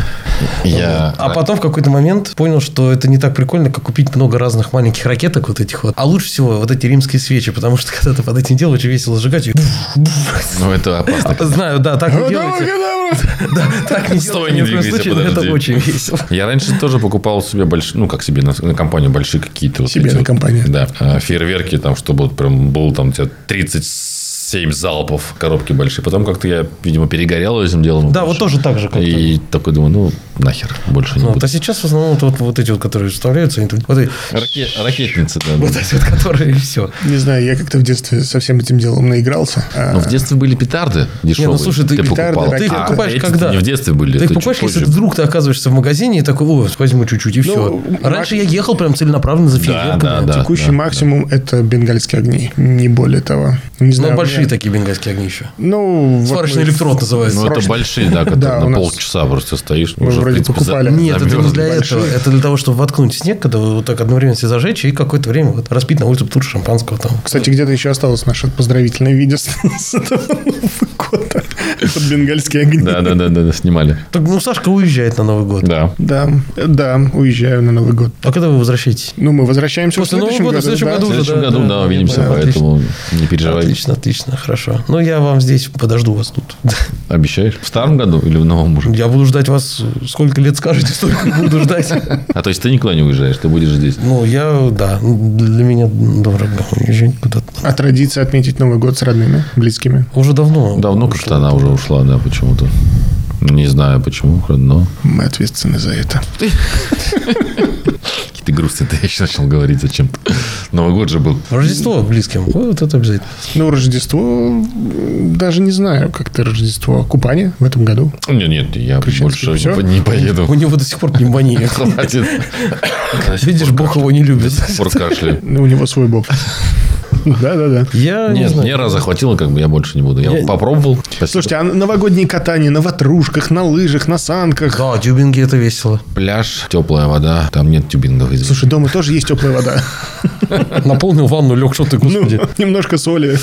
Speaker 3: Я...
Speaker 1: А потом в какой-то момент понял, что это не так прикольно, как купить много разных маленьких ракеток вот этих вот. А лучше всего вот эти римские свечи, потому что [laughs] когда ты под этим дело очень весело сжигать. и буф, буф.
Speaker 3: Ну, это опасно.
Speaker 1: Знаю, да, так не
Speaker 2: А, Вот
Speaker 1: делайте.
Speaker 2: абракадабра!
Speaker 1: Да, так не
Speaker 3: Ну, Стой,
Speaker 1: делайте ни
Speaker 3: не
Speaker 1: в коем
Speaker 3: двигайся,
Speaker 1: случае, но это
Speaker 3: подожди.
Speaker 1: очень весело.
Speaker 3: Я раньше тоже покупал себе большие, ну, как себе, на, на компанию большие какие-то. Вот
Speaker 2: Себе
Speaker 3: эти
Speaker 2: на
Speaker 3: вот,
Speaker 2: компанию.
Speaker 3: Да, а, фейерверки, там, чтобы вот прям был там у тебя 37 залпов, коробки большие. Потом как-то я, видимо, перегорел этим делом.
Speaker 1: Да, вот тоже так же как-то.
Speaker 3: И такой думаю, ну, нахер, больше не
Speaker 1: Ну, вот,
Speaker 3: буду.
Speaker 1: а сейчас в основном вот, вот, вот эти вот, которые вставляются, они тут- вот, эти-
Speaker 3: Раке- ракетницы, да. ну.
Speaker 1: вот эти вот, которые и все.
Speaker 2: Не знаю, я как-то в детстве со всем этим делом наигрался. А,
Speaker 3: Но в детстве были петарды дешевые.
Speaker 1: ну, слушай, ты
Speaker 2: петарды,
Speaker 3: покупал.
Speaker 2: ракеты.
Speaker 1: Ты их
Speaker 3: А,
Speaker 1: покупаешь
Speaker 3: эти
Speaker 1: когда?
Speaker 3: Не в детстве были.
Speaker 1: Ты их
Speaker 3: это
Speaker 1: покупаешь,
Speaker 3: чуть
Speaker 1: если
Speaker 3: позже. Ну,
Speaker 1: вдруг ты оказываешься в магазине и такой, о, возьму чуть-чуть, и все. Раньше я ехал прям целенаправленно за фейерверками.
Speaker 3: да, да.
Speaker 2: Текущий максимум это бенгальские огни, не более того. Не знаю,
Speaker 1: Но Ну,
Speaker 2: у
Speaker 1: большие
Speaker 2: меня-
Speaker 1: такие бенгальские огнища.
Speaker 2: Ну, вот
Speaker 1: Сварочный
Speaker 2: мы-
Speaker 1: электрод называется.
Speaker 3: Ну, это
Speaker 2: Срочно.
Speaker 1: [laughs]
Speaker 3: большие, да,
Speaker 2: Да,
Speaker 3: которые
Speaker 2: у
Speaker 3: на
Speaker 2: нас-
Speaker 3: полчаса просто стоишь. уже, в
Speaker 2: вроде
Speaker 3: принципе, за-
Speaker 2: покупали.
Speaker 1: Нет, это не
Speaker 3: замерз.
Speaker 1: для
Speaker 2: большие.
Speaker 1: этого. Это для того, чтобы воткнуть в снег, когда вы вот так одновременно все зажечь и какое-то время вот распить на улицу бутылку шампанского там.
Speaker 2: Кстати, где-то еще осталось наше поздравительное видео [laughs] с с этого Нового года. Это бенгальские огни.
Speaker 3: Да, да, да, да, да, снимали.
Speaker 1: Так, ну, Сашка уезжает на Новый год.
Speaker 3: Да.
Speaker 2: Да, да, уезжаю на Новый год.
Speaker 1: А когда вы возвращаетесь?
Speaker 2: Ну, мы возвращаемся
Speaker 1: После Нового года, в следующем
Speaker 2: да.
Speaker 1: году.
Speaker 3: В следующем
Speaker 1: Ну, да,
Speaker 3: году,
Speaker 1: да,
Speaker 3: да,
Speaker 1: я
Speaker 3: увидимся,
Speaker 1: понял,
Speaker 3: поэтому не переживай.
Speaker 1: Отлично, отлично, хорошо. Ну, я вам здесь подожду вас тут. [laughs]
Speaker 3: Обещаешь? В старом году или в новом уже?
Speaker 1: Я буду ждать вас, сколько лет скажете, столько и буду ждать.
Speaker 3: А то есть ты никуда не уезжаешь, ты будешь здесь.
Speaker 1: Ну, я, да, ну, для меня дорого уезжать куда-то.
Speaker 2: А традиция отметить Новый год с родными, близкими.
Speaker 1: Уже давно.
Speaker 3: Давно
Speaker 1: ушло.
Speaker 3: как-то она уже ушла, да, почему-то. Не знаю почему, но
Speaker 2: Мы ответственны за это.
Speaker 3: какие-то грустные ты еще начал говорить зачем-то. Новый год же был.
Speaker 1: Рождество близким. Вот это обязательно.
Speaker 2: Ну, Рождество, м, даже не знаю, как ты Рождество. Купание в этом году.
Speaker 3: Нет, нет, я
Speaker 2: Крещенский,
Speaker 3: больше
Speaker 2: всё?
Speaker 3: не
Speaker 1: У
Speaker 3: поеду.
Speaker 1: него до сих пор пневмония.
Speaker 3: Хватит.
Speaker 1: Видишь, Бог его не любит.
Speaker 3: Пор кашляю.
Speaker 2: Ну, у него свой бог. Да-да-да.
Speaker 1: Я не
Speaker 3: Нет,
Speaker 1: знаю.
Speaker 3: мне раза хватило, как бы я больше не буду. Я,
Speaker 1: Я-
Speaker 3: попробовал. Спасибо.
Speaker 2: Слушайте, а новогодние катания на ватрушках, на лыжах, на санках?
Speaker 1: Да, дюбинги это весело.
Speaker 3: пляж, теплая вода, там нет тюбингов. извини.
Speaker 2: Слушай, дома тоже есть теплая вода.
Speaker 1: Наполнил ванну, лег, что ты,
Speaker 2: Ну,
Speaker 1: господи,
Speaker 2: [laughs] немножко соли.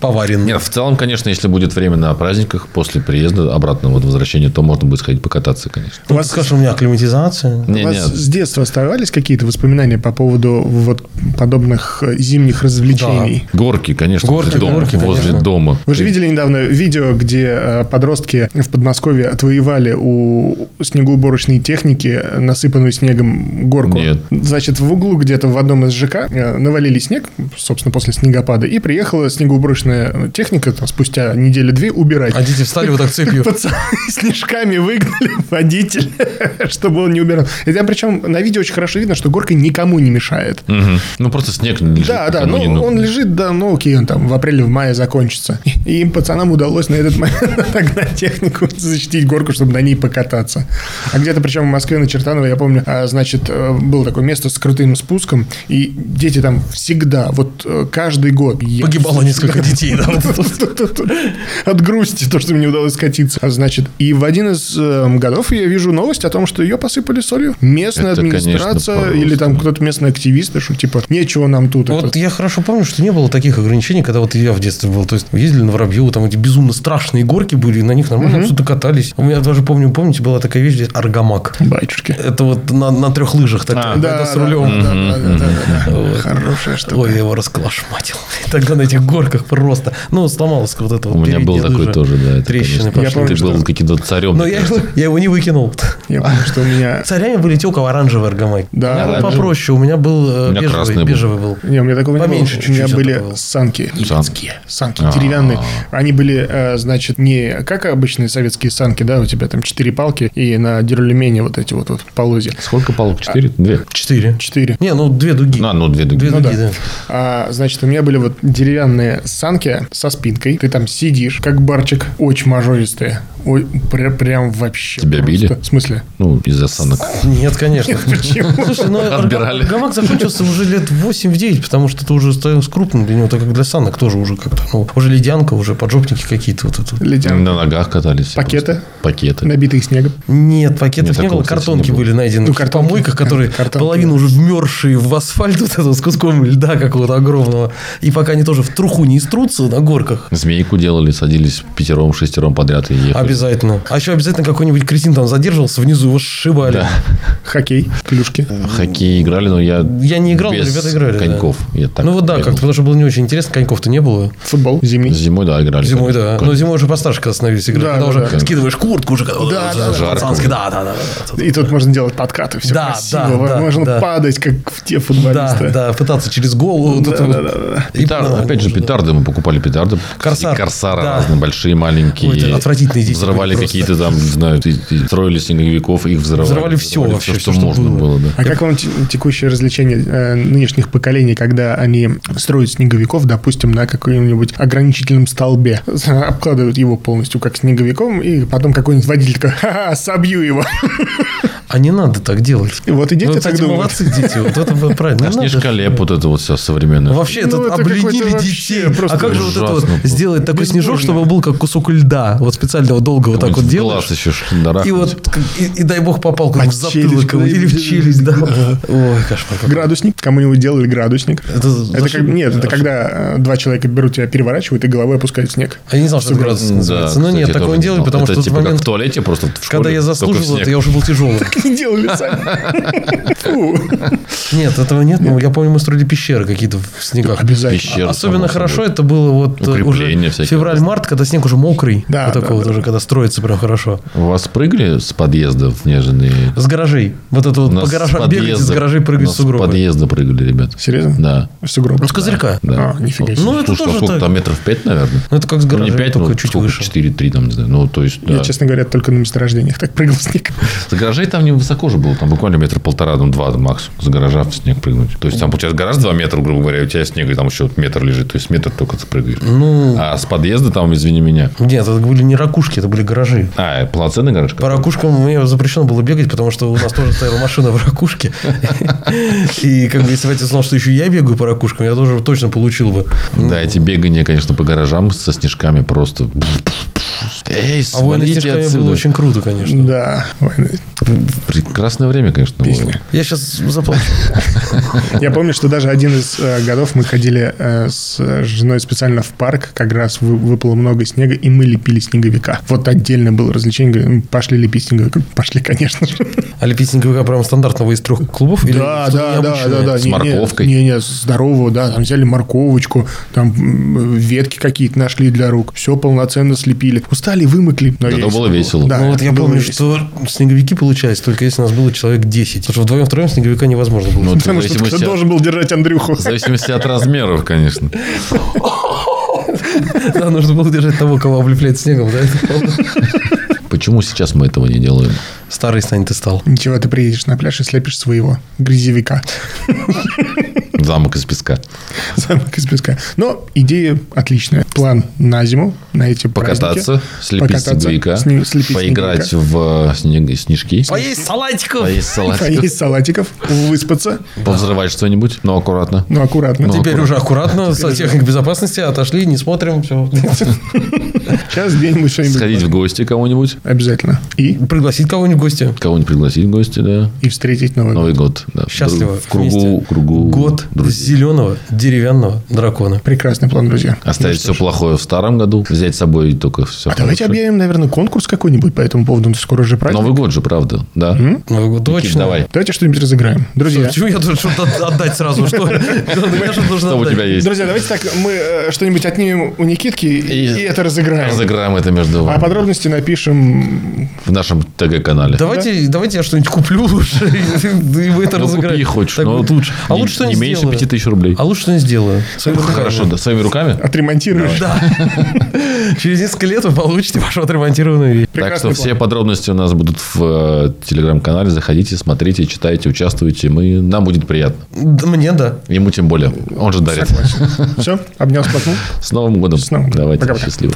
Speaker 1: поварен.
Speaker 3: Нет, в целом, конечно, если будет время на праздниках после приезда обратно, вот возвращения, то можно будет сходить покататься, конечно.
Speaker 1: Ну, ты скажешь, у меня акклиматизация.
Speaker 3: Не,
Speaker 2: У вас
Speaker 3: нет.
Speaker 2: с детства оставались какие-то воспоминания по поводу вот подобных э, зимних развлечений?
Speaker 3: Горки, конечно,
Speaker 1: Горки,
Speaker 3: возле дома.
Speaker 1: горки,
Speaker 3: возле
Speaker 1: конечно.
Speaker 3: дома.
Speaker 2: Вы же видели недавно видео, где э, подростки в Подмосковье отвоевали у снегоуборочной техники насыпанную снегом горку?
Speaker 3: Нет.
Speaker 2: Значит, в углу где-то в одном из ЖК э, навалили снег, собственно, после снегопада, и приехала снегоуборочная техника там, спустя недели-две убирать.
Speaker 1: А дети встали вот так цепью.
Speaker 2: Пацаны [laughs] снежками выгнали водителя, [laughs] чтобы он не убирал. И там причем на видео очень хорошо видно, что горка никому не мешает.
Speaker 3: Мгм. Ну, просто снег лежит.
Speaker 2: Да, да,
Speaker 3: как бы
Speaker 2: ну
Speaker 3: не- ну,
Speaker 2: он лежит, да, ну окей, он там в апреле, в мае закончится. И им, пацанам, удалось на этот момент [laughs] нагнать технику, [laughs] защитить горку, чтобы на ней покататься. А где-то, причем в Москве на Чертаново, я помню, а, значит, э, было такое место с крутым спуском, и дети там всегда, вот э, каждый год... я-
Speaker 1: Погибало
Speaker 2: [laughs]
Speaker 1: несколько детей, да, вот
Speaker 2: От грусти, то, что мне удалось скатиться. А, Значит, и в один из э, годов я вижу новость о том, что ее посыпали солью. Местная
Speaker 3: Это, конечно,
Speaker 2: администрация или там
Speaker 3: пожалуйста.
Speaker 2: кто-то местные активисты, что типа, нечего нам тут. это
Speaker 1: Вот я хорошо помню, что не было таких ограничений, когда вот я в детстве был. То есть ездили на Воробьеву, там эти безумно страшные горки были, на них нормально абсолютно катались. У меня даже помню, помните, была такая вещь, здесь аргамак.
Speaker 2: Батюшки.
Speaker 1: Это вот на, на трех лыжах
Speaker 3: А.
Speaker 1: такая, когда А, с рулем.
Speaker 2: да, да, да, да, да. Хорошая штука.
Speaker 1: Ой, я его расколошматил. [laughs] Тогда на этих горках просто. Ну, сломалось вот это вот.
Speaker 3: У меня был
Speaker 1: передняя
Speaker 3: такой
Speaker 1: лыжа.
Speaker 3: тоже, да. это,
Speaker 1: Трещины
Speaker 3: конечно.
Speaker 1: пошли.
Speaker 2: Я помню,
Speaker 3: Ты был каким-то царем.
Speaker 1: Но я, его- я его не выкинул.
Speaker 2: Я помню, что у меня...
Speaker 1: Царями были те, у кого оранжевый аргамак.
Speaker 2: Да,
Speaker 1: Ну,
Speaker 2: оранжевый.
Speaker 1: попроще. У меня был э,
Speaker 3: У меня
Speaker 1: бежевый.
Speaker 3: красный был.
Speaker 1: бежевый был.
Speaker 2: Не, у меня такого
Speaker 1: Поменьше
Speaker 2: не было. У
Speaker 1: чуть-чуть
Speaker 2: меня
Speaker 1: это
Speaker 2: были
Speaker 1: было.
Speaker 2: санки.
Speaker 3: Санки. А.
Speaker 2: Санки деревянные. Они были, э, значит, не как обычные советские санки, да, у тебя там четыре палки и на дерулемене вот эти вот, вот полозья.
Speaker 3: Сколько палок? Четыре? Две?
Speaker 1: Четыре.
Speaker 2: Четыре.
Speaker 1: Не, ну две дуги.
Speaker 3: А, ну, две дуги.
Speaker 1: А, Две
Speaker 2: Ну
Speaker 1: дуги,
Speaker 2: да.
Speaker 1: да.
Speaker 2: А, значит, у меня были вот деревянные санки со спинкой. Ты там сидишь, как барчик, очень мажористые. Ой, пря- прям вообще.
Speaker 3: Тебя били?
Speaker 1: [laughs]
Speaker 2: В смысле?
Speaker 3: Ну, из-за санок.
Speaker 1: Нет, конечно.
Speaker 2: Почему?
Speaker 1: Слушай, ну
Speaker 3: Отбирали.
Speaker 1: арга- гамак закончился уже лет 8-9, потому что ты уже стал с крупным для него, так как для санок тоже уже как-то, ну, уже ледянка, уже поджопники какие-то вот это. вот.
Speaker 2: Летят.
Speaker 3: На ногах катались. все
Speaker 2: Пакеты?
Speaker 3: просто. Пакеты.
Speaker 2: Набитые снегом.
Speaker 1: Нет, пакетов
Speaker 3: Нет,
Speaker 1: не
Speaker 3: такого,
Speaker 1: было,
Speaker 3: кстати, не
Speaker 1: картонки
Speaker 3: было.
Speaker 1: были найдены.
Speaker 2: Ну,
Speaker 1: в
Speaker 2: картонки,
Speaker 1: помойках,
Speaker 2: кон-
Speaker 1: которые
Speaker 2: [laughs] картонки.
Speaker 1: половину уже вмерзшие в асфальт [laughs] вот этого с куском льда какого-то огромного. И пока они тоже в труху не иструтся на горках.
Speaker 3: Змейку делали, садились пятером, шестером подряд и ехали.
Speaker 1: Обязательно. А еще обязательно какой-нибудь кретин там задерживался, внизу его сшибали.
Speaker 2: Хоккей, клюшки.
Speaker 3: В хоккей играли, но я...
Speaker 1: Я не играл, но
Speaker 3: без
Speaker 1: ребята играли, да.
Speaker 3: коньков. Я так
Speaker 1: ну вот да,
Speaker 3: бегал.
Speaker 1: как-то, потому что было не очень интересно, коньков-то не было.
Speaker 2: Футбол зимний.
Speaker 3: Зимой, да, играли.
Speaker 1: Зимой, да. Ну,
Speaker 3: Кон-
Speaker 1: Но зимой уже постарше, когда становились играть.
Speaker 2: Да,
Speaker 1: когда
Speaker 2: да,
Speaker 1: уже
Speaker 2: да.
Speaker 1: скидываешь куртку, уже когда
Speaker 2: Да, да,
Speaker 1: уже
Speaker 3: да.
Speaker 1: пацанский, да, да, да, да.
Speaker 2: И тут можно делать подкаты, все
Speaker 1: Да,
Speaker 2: красиво.
Speaker 1: да, да,
Speaker 2: можно
Speaker 1: да.
Speaker 2: падать, как в те
Speaker 1: Да,
Speaker 2: футболисты.
Speaker 1: да, пытаться через голову. вот это
Speaker 2: да,
Speaker 1: вот.
Speaker 2: да, да.
Speaker 1: И ну,
Speaker 3: Петарды,
Speaker 1: да,
Speaker 3: опять же,
Speaker 1: можно, да.
Speaker 3: петарды. Мы покупали петарды.
Speaker 1: Корсар.
Speaker 3: И Корсары
Speaker 1: Да.
Speaker 3: разные, большие, маленькие.
Speaker 1: Ой, это отвратительные дети
Speaker 3: Взрывали
Speaker 1: были просто.
Speaker 3: какие-то там, не знаю, и- и строили снеговиков, их взрывали.
Speaker 1: Взрывали всё вообще,
Speaker 3: все, что,
Speaker 1: всё, что
Speaker 3: можно было.
Speaker 1: было.
Speaker 3: да.
Speaker 2: А как вам те- текущее развлечение э, нынешних поколений, когда они строят снеговиков, допустим, на каком-нибудь ограничительном столбе, [laughs] обкладывают его полностью как снеговиком, и потом какой-нибудь водитель такой, ха-ха, собью его. [laughs]
Speaker 1: А не надо так делать.
Speaker 2: И вот и дети
Speaker 1: Ну,
Speaker 2: так
Speaker 1: кстати,
Speaker 2: думают.
Speaker 1: молодцы дети. Вот это вы правильно.
Speaker 3: А
Speaker 1: Не надо.
Speaker 3: снежколеп, вот это вот все современное.
Speaker 1: Вообще, это
Speaker 2: Ну, это
Speaker 1: обленили
Speaker 2: какой-то вообще
Speaker 1: детей.
Speaker 2: просто
Speaker 1: А как же вот это вот
Speaker 3: ужасно было.
Speaker 1: сделать такой
Speaker 2: Безбожно.
Speaker 1: снежок, чтобы был как кусок льда? Вот спецально его долго вот так вот
Speaker 3: Какой-нибудь
Speaker 1: делаешь.
Speaker 3: глаз еще ш- дарахнуть.
Speaker 1: И вот, как- и, и дай бог попал как
Speaker 2: А
Speaker 1: в затылок
Speaker 2: челюсть,
Speaker 1: кому- или в
Speaker 2: да,
Speaker 1: челюсть, да.
Speaker 2: да.
Speaker 1: Ой, кошмар. какой.
Speaker 2: Градусник. Кому-нибудь делали градусник.
Speaker 1: Это
Speaker 2: Это как,
Speaker 1: зашиб-
Speaker 2: нет, это когда э, два человека берут тебя, переворачивают и головой опускают в снег.
Speaker 1: А я не знал, что это градус
Speaker 3: Да,
Speaker 1: называется. Ну
Speaker 3: кстати,
Speaker 1: нет,
Speaker 3: я
Speaker 1: такого
Speaker 3: тоже
Speaker 1: не делали,
Speaker 3: знал.
Speaker 1: потому
Speaker 3: Это
Speaker 1: что в тот
Speaker 3: типа как в
Speaker 1: момент,
Speaker 3: туалете просто в школе,
Speaker 1: когда я
Speaker 3: только в
Speaker 1: заслужил,
Speaker 3: снег.
Speaker 1: это я уже был тяжелый.
Speaker 3: [laughs]
Speaker 2: [laughs] Не делали [laughs] сами. Фу.
Speaker 1: Нет, этого нет. но я помню, мы строили пещеры какие-то в
Speaker 3: а
Speaker 1: снегах.
Speaker 2: Обязательно.
Speaker 3: Пещера,
Speaker 1: Особенно
Speaker 3: само
Speaker 1: хорошо
Speaker 3: собой.
Speaker 1: это было вот э,
Speaker 3: Укрепления
Speaker 1: уже
Speaker 3: всякие.
Speaker 1: февраль-март, когда снег уже мокрый.
Speaker 2: Да,
Speaker 1: вот
Speaker 2: да,
Speaker 1: такой вот
Speaker 2: да,
Speaker 1: уже, когда строится прям хорошо.
Speaker 3: Вас прыгали с подъезда в нежные?
Speaker 1: С гаражей. Вот это вот по гаражам бегать, из гаражей прыгать в
Speaker 3: С
Speaker 1: сугробы.
Speaker 3: подъезда прыгали, ребята.
Speaker 2: Серьезно?
Speaker 3: Да.
Speaker 2: Сугроб.
Speaker 1: Ну, с козырька.
Speaker 3: да.
Speaker 2: А, нифига себе.
Speaker 1: Ну, это
Speaker 3: Слушай, а
Speaker 1: тоже
Speaker 3: сколько
Speaker 1: так.
Speaker 3: там метров пять, наверное?
Speaker 1: Ну, это как с
Speaker 3: Ну, не
Speaker 1: гаражей,
Speaker 3: пять,
Speaker 1: только
Speaker 3: ну,
Speaker 1: чуть
Speaker 3: сколько,
Speaker 1: выше.
Speaker 3: 4-3 там, не знаю. Ну, то есть,
Speaker 2: Я,
Speaker 3: да.
Speaker 2: честно говоря, только на месторождениях так прыгал в снег.
Speaker 3: С гаражей там не высоко же было, там буквально метр полтора, там два макс, с гаража в снег прыгнуть. То есть там получается гараж 2 метра, грубо говоря, и у тебя снег, и там еще вот метр лежит, то есть метр только ты прыгаешь.
Speaker 1: Ну.
Speaker 3: А с подъезда там, извини меня,
Speaker 1: Нет, это были не ракушки, это были гаражи.
Speaker 3: а, полноценный гараж?
Speaker 1: По ракушкам мне запрещено было бегать, потому что у нас тоже стояла машина в ракушке. И как бы если бы я знал, что еще я бегаю по ракушкам, я тоже точно получил бы.
Speaker 3: Да, эти бегания, конечно, по гаражам со снежками просто... Эй,
Speaker 1: А войны с
Speaker 3: свалите
Speaker 1: снежками было
Speaker 3: отсюда.
Speaker 1: очень круто, конечно.
Speaker 2: Да. Ой, ну,
Speaker 3: Прекрасное время, конечно, было.
Speaker 2: Песня.
Speaker 1: Я сейчас заплачу.
Speaker 2: Я помню, что даже один из э, годов мы ходили э, с женой специально в парк, как раз вы- выпало много снега, и мы лепили снеговика. Вот отдельно было развлечение, говорю, «М, пошли лепить снеговика. Пошли, конечно же.
Speaker 1: А лепить снеговика прям стандартного из трех клубов? или что-то необычное?
Speaker 3: С морковкой?
Speaker 2: Не, не, здорового, да, там взяли морковочку, там м, ветки какие-то нашли для рук, все полноценно слепили. Устали упали, вымокли. Но
Speaker 3: Зато
Speaker 2: есть.
Speaker 3: было весело.
Speaker 2: Да,
Speaker 1: ну вот я
Speaker 2: было
Speaker 1: помню,
Speaker 2: весело.
Speaker 1: что снеговики получались, только если нас было человек 10. Потому что вдвоем-втроем снеговика невозможно было.
Speaker 3: Ну, это в
Speaker 2: Потому что ты
Speaker 3: зависимости от-
Speaker 2: должен был держать Андрюху.
Speaker 3: в зависимости от размеров, конечно.
Speaker 1: Да, нужно было держать того, кого облепляет снегом. Да? это правда.
Speaker 3: Почему сейчас мы этого не делаем?
Speaker 1: Старый Сань ты стал.
Speaker 2: Ничего, ты приедешь на пляж и слепишь своего
Speaker 3: [laughs]
Speaker 2: грязевика.
Speaker 3: Замок из песка.
Speaker 2: Замок из песка. Но идея отличная. План на зиму, на эти праздники.
Speaker 3: Покататься, слепить
Speaker 2: Покататься,
Speaker 3: снеговика,
Speaker 2: сни- слепить
Speaker 3: поиграть в э, снег- снежки,
Speaker 1: Поесть салатиков!
Speaker 3: поесть
Speaker 2: [laughs]
Speaker 3: салатиков,
Speaker 2: Поесть салатиков, выспаться,
Speaker 3: повзрывать что-нибудь, но аккуратно.
Speaker 2: ну, аккуратно.
Speaker 3: Ну,
Speaker 1: Теперь уже аккуратно, со техник безопасности отошли, не смотрим, все.
Speaker 2: Сейчас день мы что-нибудь...
Speaker 3: Сходить в гости кому-нибудь,
Speaker 2: Обязательно. И,
Speaker 1: Пригласить кого-нибудь в гости.
Speaker 3: кого-нибудь пригласить в гости, да.
Speaker 2: и встретить Новый год.
Speaker 3: Новый год. да.
Speaker 1: Счастливо.
Speaker 3: В кругу,
Speaker 1: вместе.
Speaker 3: кругу
Speaker 1: Год
Speaker 3: друзей.
Speaker 1: зеленого деревянного дракона.
Speaker 2: Прекрасный план, друзья.
Speaker 3: Оставить все плохое в старом году, взять с собой только все.
Speaker 2: А давайте объявим, наверное, конкурс какой-нибудь по этому поводу. Ну, Скоро же праздник.
Speaker 3: Новый год же, правда, да.
Speaker 1: Новый год
Speaker 3: Ким,
Speaker 1: точно.
Speaker 3: давай.
Speaker 2: Давайте что-нибудь разыграем. Друзья,
Speaker 1: Почему я должен что-то от- отдать сразу? Что?
Speaker 3: [laughs]
Speaker 1: Я что
Speaker 3: Что
Speaker 1: должен
Speaker 3: у тебя
Speaker 1: отдать?
Speaker 3: есть?
Speaker 2: друзья, давайте так, мы э, что-нибудь отнимем у Никитки и, и это разыграем.
Speaker 3: Разыграем это между
Speaker 2: А подробности напишем
Speaker 3: в нашем ТГ-канале.
Speaker 1: Давайте, давайте я что-нибудь куплю лучше, [laughs] и вы это
Speaker 3: Ну,
Speaker 1: разыграете.
Speaker 3: купи хоть,
Speaker 1: Так
Speaker 3: но
Speaker 1: будет лучше. А
Speaker 3: не-
Speaker 1: лучше
Speaker 3: не
Speaker 1: что-нибудь
Speaker 3: меньше
Speaker 1: сделаю.
Speaker 3: 5000 рублей.
Speaker 1: А лучше что-нибудь сделаю. Своими
Speaker 3: Ну,
Speaker 1: руками.
Speaker 3: Хорошо, да, своими руками.
Speaker 2: отремонтируешь.
Speaker 1: [laughs] Через несколько лет вы получите вашу отремонтированную вещь.
Speaker 3: Так
Speaker 2: Прекрасный
Speaker 3: что
Speaker 2: план.
Speaker 3: все подробности у нас будут в э, телеграм-канале. Заходите, смотрите, читайте, участвуйте. Мы, нам будет приятно.
Speaker 1: Да Мне да.
Speaker 3: Ему тем более. Он же дарит. [laughs]
Speaker 2: Все, обнял, сплотнул.
Speaker 3: С Новым годом.
Speaker 2: Новым годом.
Speaker 3: Давайте,
Speaker 2: Пока-пока.
Speaker 3: счастливо.